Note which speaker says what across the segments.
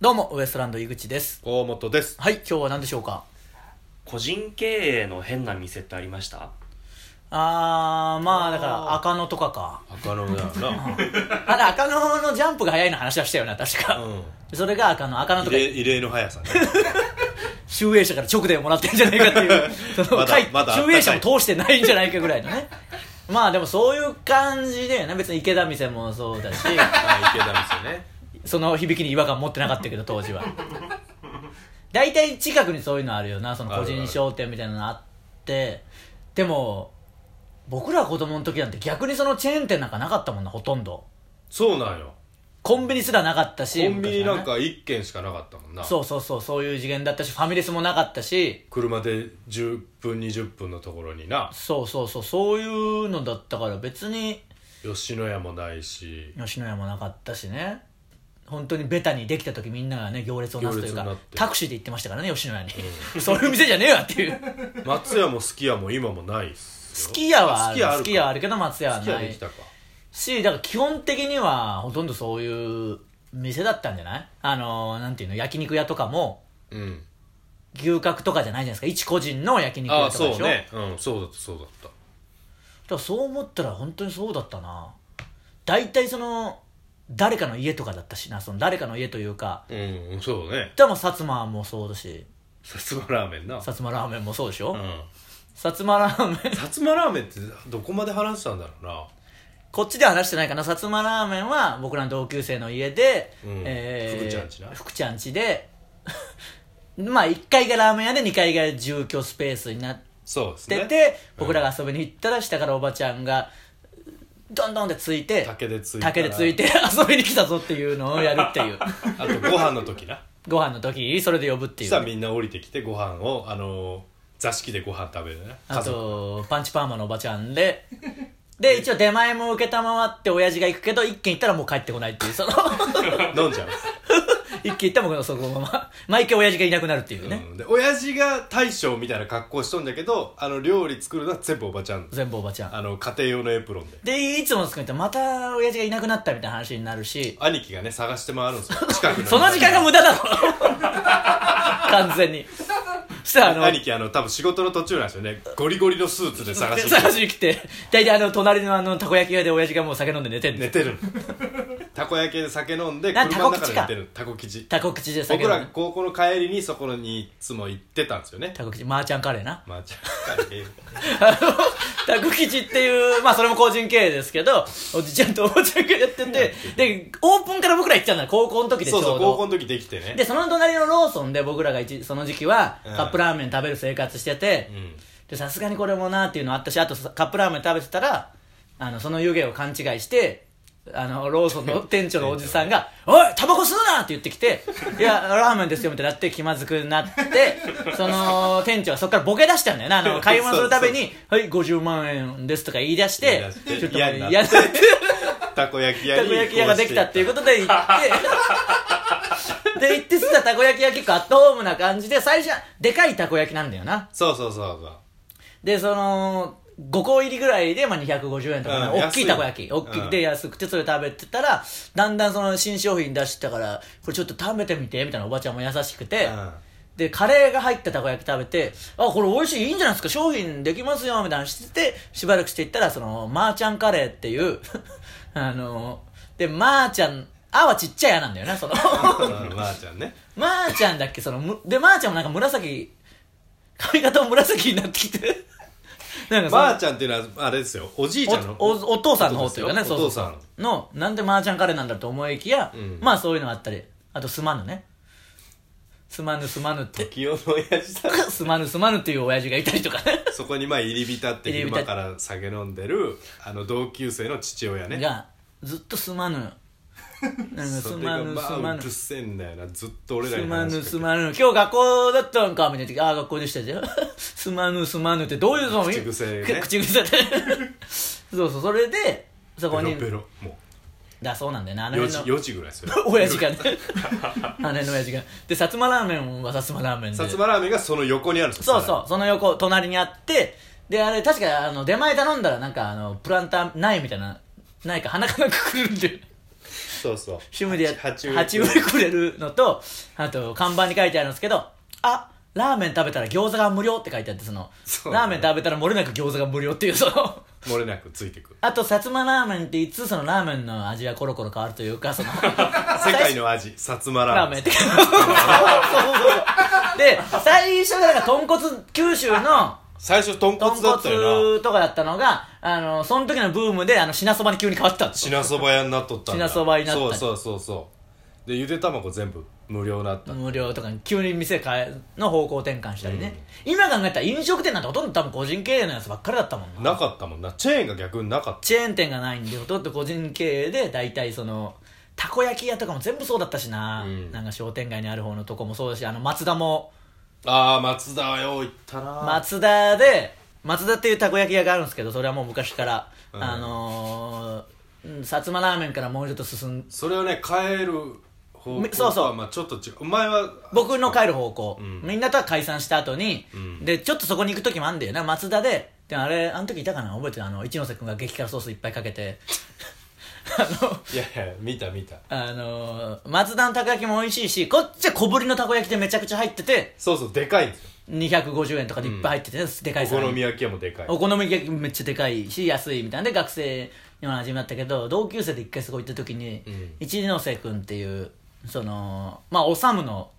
Speaker 1: どうも、ウエストランド井口です。
Speaker 2: 大本です
Speaker 1: はい、今日は何でしょうか
Speaker 3: 個人経営の変な店ってありました
Speaker 1: あー、まあ、だから、赤野とかか。
Speaker 2: 赤野だよ な
Speaker 1: あれ、赤野のジャンプが早いの話はしたよな、確か。
Speaker 2: うん
Speaker 1: それが赤野、赤野と
Speaker 2: 異
Speaker 1: か、
Speaker 2: 例異例の速さね
Speaker 1: 集英社から直でもらってんじゃないかって いう、その
Speaker 2: まだ
Speaker 1: 回
Speaker 2: まだあったか
Speaker 1: 集
Speaker 2: い
Speaker 1: 英社も通してないんじゃないかぐらいのね。まあ、でもそういう感じでね、別に池田店もそうだし、
Speaker 2: あ池田店ね
Speaker 1: その響きに違和感持ってなかったけど、当時 は。大体近くにそういうのあるよな、その個
Speaker 2: あるあ
Speaker 1: 人
Speaker 2: る
Speaker 1: 商店みたいなのあって、でも、僕ら子供の時なんて逆にそのチェーン店なんかなかったもんな、ほとんど。
Speaker 2: そうなんよ
Speaker 1: コンビニすらなかったし、
Speaker 2: コンビニなん
Speaker 1: 昔はね
Speaker 2: か1軒しかなかったもんな
Speaker 1: そうそうそう、そういう次元だったし、ファミレスもなかったし、
Speaker 2: 車で10分20分のところにな
Speaker 1: そうそうそう、そういうのだったから別に、
Speaker 2: 吉野家もないし
Speaker 1: 吉野家もなかったしね。本当にベタにできた時みんながね行列をなすという
Speaker 2: 行列に
Speaker 1: か
Speaker 2: なって
Speaker 1: タクシーで行ってましたからね吉野家に、 そういう店じゃねえわっていう
Speaker 2: 松屋もすき家も今もないっすよ
Speaker 1: 好き家はある
Speaker 2: すき家ある
Speaker 1: 好き家はあるけど松屋は
Speaker 2: すき家
Speaker 1: な
Speaker 2: で
Speaker 1: い
Speaker 2: きたか
Speaker 1: しだから基本的にはほとんどそういう店だったんじゃないあのーなんていうの焼肉屋とかも
Speaker 2: うん
Speaker 1: 牛角とかじゃないじゃないですか一個人の焼肉
Speaker 2: あ
Speaker 1: 屋
Speaker 2: あ
Speaker 1: とか
Speaker 2: そ
Speaker 1: で
Speaker 2: う
Speaker 1: しょ
Speaker 2: ねうんそうだったそうだった
Speaker 1: だからそう思ったら本当にそうだったな大体その誰かの家とかだったしなその誰かの家というか
Speaker 2: うんそうね
Speaker 1: でも薩摩もそうだし
Speaker 2: さつまラーメンな
Speaker 1: 薩摩ラーメンもそうでしょ、
Speaker 2: う
Speaker 1: 薩
Speaker 2: ん
Speaker 1: 摩ラーメン
Speaker 2: さつまラーメンってどこまで話したんだろうな
Speaker 1: こっちでは話してないかな薩摩ラーメンは僕らの同級生の家で、
Speaker 2: うん福ちゃん家な
Speaker 1: 福ちゃん家で まあ1階がラーメン屋で2階が住居スペースになっ
Speaker 2: そうです
Speaker 1: て
Speaker 2: ね
Speaker 1: て、僕らが遊びに行ったら下からおばちゃんがどんどんってついて
Speaker 2: 竹でついたら
Speaker 1: 竹でついて 遊びに来たぞっていうのをやるって いう
Speaker 2: あとご飯の時な
Speaker 1: ご飯の時それで呼ぶってい
Speaker 2: さあ
Speaker 1: う
Speaker 2: みんな降りてきてご飯をあのー座敷でご飯食べるね
Speaker 1: あとパンチパーマのおばちゃんでで一応出前も承って親父が行くけど一軒行ったらもう帰ってこないっていうその
Speaker 2: 家族飲んじゃう、
Speaker 1: 一気に行ったもんそこのま ま毎回親父がいなくなるっていうね、
Speaker 2: うんで親父が大将みたいな格好しとんだけどあの料理作るのは全部おばちゃん
Speaker 1: 全部おばちゃん
Speaker 2: あの家庭用のエプロンで
Speaker 1: でいつも作ってまた親父がいなくなったみたいな話になるし
Speaker 2: 兄貴がね探して回るんですよ近くの
Speaker 1: その時間が無駄だろ 完全にそしたらあの
Speaker 2: 兄貴あの多分仕事の途中なんですよねゴリゴリのスーツで探
Speaker 1: で
Speaker 2: して
Speaker 1: 探しに来て大体あの隣のあのたこ焼き屋で親父がもう酒飲んで寝てん
Speaker 2: 寝
Speaker 1: で
Speaker 2: てるたこ焼きで酒飲んで
Speaker 1: な
Speaker 2: 車の中で寝てるたこ吉
Speaker 1: たこ口で酒
Speaker 2: 僕
Speaker 1: 飲ん
Speaker 2: ら
Speaker 1: で
Speaker 2: 高校の帰りにそこにいつも行ってたんですよね
Speaker 1: たこ口マーチャンカレーな
Speaker 2: まあじゃあ帰り
Speaker 1: あの、タク吉っていう、まあそれも個人経営ですけど、おじちゃんとおばちゃんがやってて、で、オープンから僕ら行っちゃうんだ、高校の時でちょ
Speaker 2: そう
Speaker 1: ど。
Speaker 2: うそう高校の時できて ね
Speaker 1: で、その隣のローソンで僕らが一その時期は
Speaker 2: うん
Speaker 1: カップラーメン食べる生活してて
Speaker 2: う、ん
Speaker 1: で、さすがにこれもなっていうのあったし、あとさカップラーメン食べてたら、あの、その湯気を勘違いして、あの、ローソン の店長のおじさんが、おいタバコ吸うなって言ってきて、いや、ラーメンですよみたいになって気まずくなっ て、その、店長はそこからボケ出したんだよな。あの、買い物するために、はい、50万円ですとか言い出して、
Speaker 2: 言い出して
Speaker 1: ちょっと
Speaker 2: 嫌になって
Speaker 1: 嫌になって
Speaker 2: たこ焼き屋
Speaker 1: た
Speaker 2: に
Speaker 1: こ焼き屋ができたっていうことで行って、で、行ってすらたこ焼き屋結構アットホームな感じで、最初はでかいたこ焼きなんだよな。
Speaker 2: そうそうそうそう
Speaker 1: で、その、5個入りぐらいで、まあ、250円とかね、
Speaker 2: うん
Speaker 1: 大きいたこ焼き。
Speaker 2: 安い
Speaker 1: 大
Speaker 2: よ
Speaker 1: きく
Speaker 2: うん
Speaker 1: て安くて、それ食べてたら、だんだんその新商品出してたから、これちょっと食べてみて、みたいなおばちゃんも優しくて、
Speaker 2: うん
Speaker 1: で、カレーが入ったたこ焼き食べて、あ、これ美味しい、いいんじゃないですか、商品できますよ、みたいなのしてて、しばらくしていったら、その、マーちゃんカレーっていう、 あの、で、マーちゃん、あはちっちゃいあなんだよな、その。
Speaker 2: うんまあちゃ んね
Speaker 1: まーちゃんだっけそのむでまーちゃんもなんか紫髪型も紫になってきて なんかその
Speaker 2: まあちゃんっていうのはあれですよおじいちゃんの
Speaker 1: おおお父さんの方というかね
Speaker 2: お父さん
Speaker 1: そうそう
Speaker 2: お父
Speaker 1: そうのなんでまーちゃんカレーなんだろうと思いきや、
Speaker 2: うん
Speaker 1: まあそういうのあったりあとすまぬねすまぬすまぬって
Speaker 2: 清の親父さん
Speaker 1: すまぬすまぬっていう親父がいたりとかね
Speaker 2: そこにまあ入り浸って
Speaker 1: 入り
Speaker 2: 昼
Speaker 1: 浸っ
Speaker 2: 間から酒飲んでるあの同級生の父親ね
Speaker 1: がずっとすまぬなんかす
Speaker 2: それ
Speaker 1: ま
Speaker 2: が
Speaker 1: ぬ
Speaker 2: ますあ
Speaker 1: ま
Speaker 2: う
Speaker 1: ぬ
Speaker 2: るせえんだよなずっと俺ら
Speaker 1: す
Speaker 2: に
Speaker 1: まぬ
Speaker 2: 話しかけて
Speaker 1: すまぬ今日学校だったんかみたいな時ああ学校でしたじゃん すまぬすまぬってどういうの
Speaker 2: 口癖ね
Speaker 1: 口癖で そうそうそれでそこに
Speaker 2: ベロベロも
Speaker 1: だそうなんだよなあ
Speaker 2: う
Speaker 1: の
Speaker 2: 4
Speaker 1: 辺
Speaker 2: 時
Speaker 1: の
Speaker 2: 4時ぐらいですよ
Speaker 1: 親父がね あの辺の親父がで薩摩ラーメンは薩摩ラーメンで
Speaker 2: 薩摩ラーメンがその横にあるんですよ
Speaker 1: そうそうその横隣にあってであれ確かあの出前頼んだらなんかあのプランター苗みたいな苗か花かなんかくるんで
Speaker 2: そうそう
Speaker 1: 趣味でや
Speaker 2: 鉢
Speaker 1: 鉢植えくれるのとあと看板に書いてあるんですけどあラーメン食べたら餃子が無料って書いてあってその
Speaker 2: そう
Speaker 1: ラーメン食べたら漏れなく餃子が無料っていうその
Speaker 2: 漏れなくついてくる
Speaker 1: あと薩摩ラーメンっていつそのラーメンの味がコロコロ変わるというかその
Speaker 2: 世界の味薩摩
Speaker 1: ラ
Speaker 2: ラー
Speaker 1: ー
Speaker 2: メ
Speaker 1: メン
Speaker 2: ン
Speaker 1: ってそうそうそうで最初がなんか豚骨九州の
Speaker 2: 最初豚
Speaker 1: 豚
Speaker 2: 骨だったよな
Speaker 1: 骨とかだったのがあのその時のブームであの品そばに急に変わってたんですよ
Speaker 2: 品そば屋になっとったん
Speaker 1: 品
Speaker 2: だ
Speaker 1: そばになったり
Speaker 2: そうそうそうそうでゆで卵全部無料になった、
Speaker 1: 無料とかに急に店変えの方向転換したりね、今考えたら飲食店なんてほとんど多分個人経営のやつばっかりだったもんな
Speaker 2: なかったもんなチェーンが逆になかっ
Speaker 1: チェーン店がないんでほとんど個人経営で大体そのたこ焼き屋とかも全部そうだったしな、
Speaker 2: うん
Speaker 1: なんか商店街にある方のとこもそうだしあの松田も
Speaker 2: たああ松田はよう行ったな、
Speaker 1: 松田で松田っていうたこ焼き屋があるんですけどそれはもう昔から、
Speaker 2: うん
Speaker 1: あのーうん薩摩ラーメンからもうちょっと進ん
Speaker 2: それをね変える方向
Speaker 1: みそうそう
Speaker 2: まあ、ちょっと違うお前は
Speaker 1: 僕の帰る方向、
Speaker 2: うん
Speaker 1: みんなとは解散した後に、
Speaker 2: うん
Speaker 1: でちょっとそこに行く時もあんだよな松田ででもあれあの時いたかな覚えてるあの一ノ瀬君が激辛ソースいっぱいかけて あ
Speaker 2: いやいや見た見た
Speaker 1: のあのー松田のたこ焼きも美味しいしこっちは小ぶりのたこ焼きでめちゃくちゃ入ってて
Speaker 2: そうそうでかいんですよ
Speaker 1: 250円とかでいっぱい入っててね、でかい
Speaker 2: お
Speaker 1: 皿に
Speaker 2: 好み焼き屋もでかい
Speaker 1: お好み焼きめっちゃでかいし安いみたいなんで学生にも始まったけど同級生で一回そこ行った時に、
Speaker 2: うん
Speaker 1: 一ノ瀬君っていうそのまあおさむの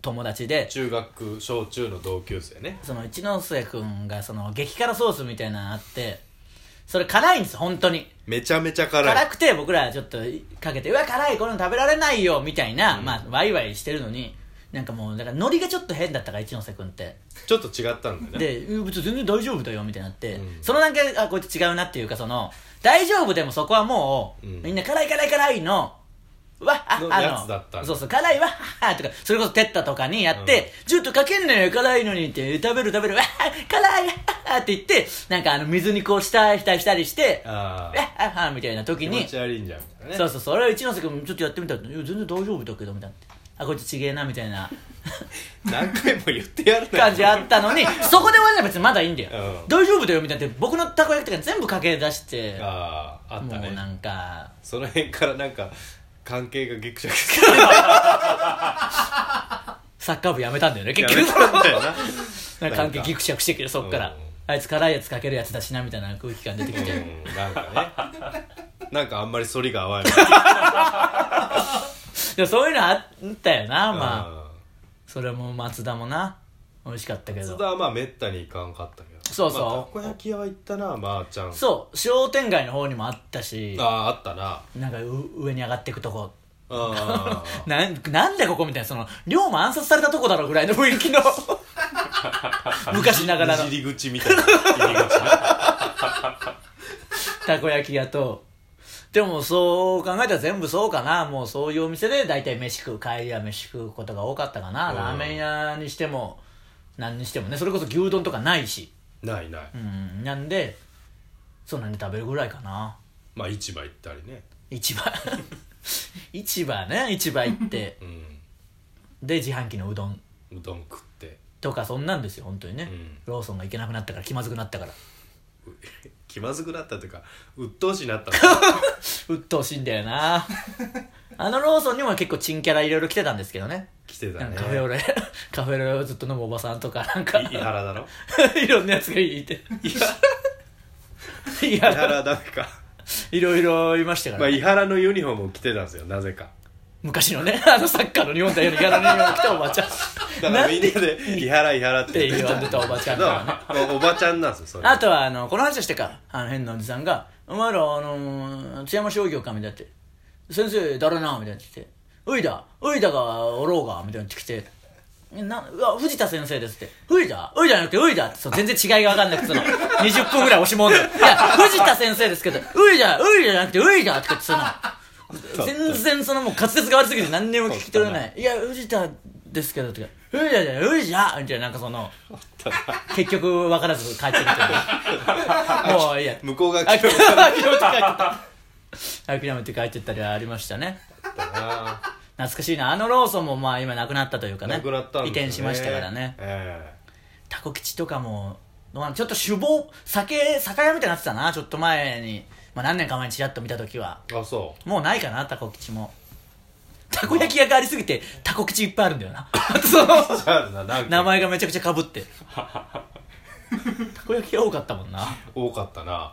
Speaker 1: 友達で
Speaker 2: 中学小中の同級生ね
Speaker 1: その一ノ瀬君がその激辛ソースみたいなのあってそれ辛いんです本当に
Speaker 2: めちゃめちゃ辛い
Speaker 1: 辛くて僕らちょっとかけてうわ辛いこれ食べられないよみたいな、まあワイワイしてるのになんかもうだからノリがちょっと変だったから一ノ瀬君って
Speaker 2: ちょっと違ったんだよね
Speaker 1: で「うん別に全然大丈夫だよ」みたいになって、
Speaker 2: うん
Speaker 1: その段階であこいつ違うなっていうかその「大丈夫」でもそこはもう、
Speaker 2: うん
Speaker 1: みんな「辛い辛い辛いの」わっあ
Speaker 2: の
Speaker 1: あの
Speaker 2: やつだったんだ
Speaker 1: そうそう辛いわっはっはとかそれこそテッタとかにやって「ちょっとかけんねよ辛いのに」って「食べる食べるわっは辛いわっは」って言ってなんかあの水にこうしたしたしたりして「わっ
Speaker 2: ああ
Speaker 1: はっは」みたいな時
Speaker 2: 気
Speaker 1: に
Speaker 2: 持ち悪いんじゃんみたいなね
Speaker 1: そうそうそれを一ノ瀬君ちょっとやってみたら「いや全然大丈夫だけど」みたいな「あこいつちげえな」みたいな。
Speaker 2: 何回も言ってやるなよ
Speaker 1: 感じあったの にそこで終わるのは別にまだいいんだよ、
Speaker 2: うん
Speaker 1: 大丈夫だよみたいなって僕のたこ焼きとか全部かけ出して
Speaker 2: あああっ
Speaker 1: も
Speaker 2: た
Speaker 1: う
Speaker 2: ね
Speaker 1: なんか
Speaker 2: その辺からなんか関係がぎくしゃくし
Speaker 1: サッカー部やめたんだよね
Speaker 2: て
Speaker 1: 結
Speaker 2: や
Speaker 1: 局
Speaker 2: めたんだよな
Speaker 1: なんか関係ギクシャクしてきてそっから、
Speaker 2: うん
Speaker 1: あいつ辛いやつかけるやつだしなみたいな空気感出てきて、
Speaker 2: うんなんかねなんかあんまり反りが合わない
Speaker 1: でもそういうのあったよなまあ、
Speaker 2: あ
Speaker 1: それも松田もな美味しかったけ
Speaker 2: 津
Speaker 1: ど
Speaker 2: 田はまあめったに行かんかったけど
Speaker 1: そうそう
Speaker 2: まあたこ焼き屋は行ったなまあちゃん
Speaker 1: そう商店街の方にもあったし
Speaker 2: あああったな
Speaker 1: なんかう上に上がっていくとこ
Speaker 2: あー
Speaker 1: なんなんでここみたいなその龍馬暗殺されたとこだろぐらいの雰囲気 の昔ながらの
Speaker 2: いじり口みたいな入り口な
Speaker 1: たこ焼き屋とでもそう考えたら全部そうかなもうそういうお店で大体飯食う帰りは飯食うことが多かったかな、
Speaker 2: うん
Speaker 1: ラーメン屋にしても何にしてもねそれこそ牛丼とかないし
Speaker 2: ないない
Speaker 1: うんなんでそんなに食べるぐらいかな
Speaker 2: まあ市場行ったりね
Speaker 1: 市場 市場ね市場行って
Speaker 2: うん
Speaker 1: で自販機のうどん
Speaker 2: うどん食って
Speaker 1: とかそんなんですよ本当にね、
Speaker 2: うん
Speaker 1: ローソンが行けなくなったから気まずくなったから
Speaker 2: 気まずくなったというか鬱陶しいなった
Speaker 1: 鬱陶しいんだよ なあのローソンにも結構チンキャラいろいろ来てたんですけどね
Speaker 2: 来て
Speaker 1: な
Speaker 2: た
Speaker 1: ん
Speaker 2: ね
Speaker 1: かカフェオレ カフェオレをずっと飲むおばさんとかなんか
Speaker 2: い井原だろ
Speaker 1: いろんなやつがいて い
Speaker 2: 井
Speaker 1: や
Speaker 2: 原ダメか
Speaker 1: いろいろいましたか
Speaker 2: ま
Speaker 1: ら、
Speaker 2: あ井原のユニフォームを着てたんですよなぜか
Speaker 1: 昔のねあのサッカーの日本代表のギャラリーに来たおばちゃ
Speaker 2: だ
Speaker 1: ん
Speaker 2: から
Speaker 1: なん
Speaker 2: みん
Speaker 1: で
Speaker 2: な
Speaker 1: っ
Speaker 2: で「井原井原」って
Speaker 1: て
Speaker 2: 言って
Speaker 1: 言われたおばちゃ
Speaker 2: た
Speaker 1: ん
Speaker 2: の
Speaker 1: がね
Speaker 2: おおばちゃんなんですよそれ
Speaker 1: あとはあのこの話をしてからあの変なおじさんが「お前らあのー津山商業か」みたいになって「先生誰な」みたいになってきて「ういだういだがおろうが」みたいになってきて「なうわ藤田先生です」って「ういだういだじゃなくてういだ」ってそう全然違いが分かんなくてその20分ぐらい押しもんで「いや藤田先生ですけどういだういだじゃなくてういだ」とか言ってその。全然そのもう滑舌が悪すぎて何にも聞き取れない「いや藤田ですけど」とか「藤田じゃない藤田」みたいななんかその結局分からず帰ってきて もういいや
Speaker 2: 向こうが
Speaker 1: 諦め
Speaker 2: 来
Speaker 1: て
Speaker 2: て
Speaker 1: 帰ってた諦めて帰ってったりはありましたね
Speaker 2: たな
Speaker 1: 懐かしいなあのローソンもまあ今なくなったというかね
Speaker 2: なくなったん
Speaker 1: 移
Speaker 2: です
Speaker 1: 転し
Speaker 2: よね
Speaker 1: ましたからね
Speaker 2: え
Speaker 1: タコ吉とかもまあちょっと酒望酒酒屋みたいになってたなちょっと前にまあ、何年か前にちらっと見た時は
Speaker 2: あそ
Speaker 1: もうないかなタコ吉もたこ焼き屋がありすぎてタコ吉いっぱいあるんだよ なあとその
Speaker 2: うじゃあななんか
Speaker 1: 名前がめちゃくちゃかぶって たこ焼き屋多かったもんな
Speaker 2: 多かったな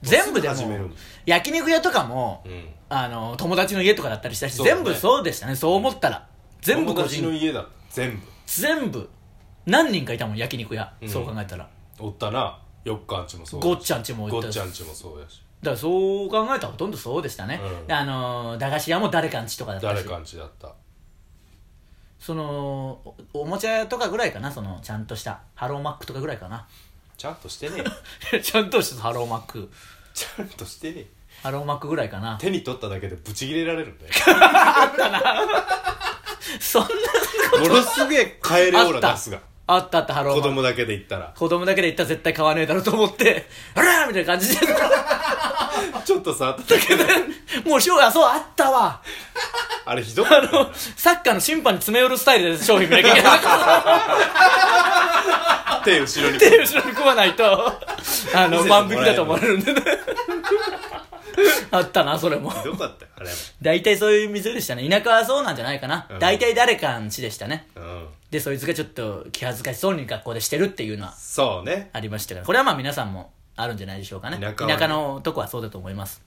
Speaker 1: 全部でも
Speaker 2: 始める
Speaker 1: 焼肉屋とかも、
Speaker 2: うん
Speaker 1: あの友達の家とかだったりしたし、
Speaker 2: そうだね
Speaker 1: 全部そうでしたねそう思ったら全部個
Speaker 2: 友達の
Speaker 1: 人
Speaker 2: 家だ全部
Speaker 1: 全部何人かいたもん焼肉屋、
Speaker 2: うん
Speaker 1: そう考えたら
Speaker 2: おったなよっかんちもそうだし
Speaker 1: ごっちゃんちも
Speaker 2: ご
Speaker 1: 行っ
Speaker 2: ったち
Speaker 1: し
Speaker 2: ゃんちもそうやし
Speaker 1: だからそう考えたらほとんどそうでしたね、
Speaker 2: うん
Speaker 1: であのー駄菓子屋も誰かんちとかだったし
Speaker 2: 誰かんちだった
Speaker 1: そのおおもちゃ屋とかぐらいかなそのちゃんとしたハローマックとかぐらいかな
Speaker 2: ちゃんとしてねえ
Speaker 1: ちゃんとしたハローマック
Speaker 2: ちゃんとしてねえ
Speaker 1: ハローマックぐらいかな
Speaker 2: 手に取っただけでブチ切れられる んだよ
Speaker 1: そんな
Speaker 2: ものすげえ帰れオーラ出すが
Speaker 1: あったあったハローマ
Speaker 2: 子
Speaker 1: ック
Speaker 2: 供だけで言ったら
Speaker 1: 子供だけで行ったら絶対買わねえだろうと思って、 あらみたいな感じで、
Speaker 2: ちょっと触っただけで
Speaker 1: もう商品、あ、そう、あったわ。
Speaker 2: あれひどかったよな
Speaker 1: サッカーの審判に詰め寄るスタイルで商品見なきゃいけない。
Speaker 2: 手後ろに
Speaker 1: 手後ろに組まないと、あの、
Speaker 2: 見せてもら
Speaker 1: 万
Speaker 2: える
Speaker 1: 引きだと思われるんで ね。あったな、それも。
Speaker 2: ひどかったよあれ
Speaker 1: 大体そういう水でしたね。田舎はそうなんじゃないかな
Speaker 2: う。ん
Speaker 1: 大体誰かんちでしたね。
Speaker 2: もうん
Speaker 1: で、そいつがちょっと気恥ずかしそうに学校でしてるっていうのは
Speaker 2: そうね
Speaker 1: ありましたから。これはまあ皆さんもあるんじゃないでしょうかね。
Speaker 2: 田舎はね
Speaker 1: 田舎のとこはそうだと思います。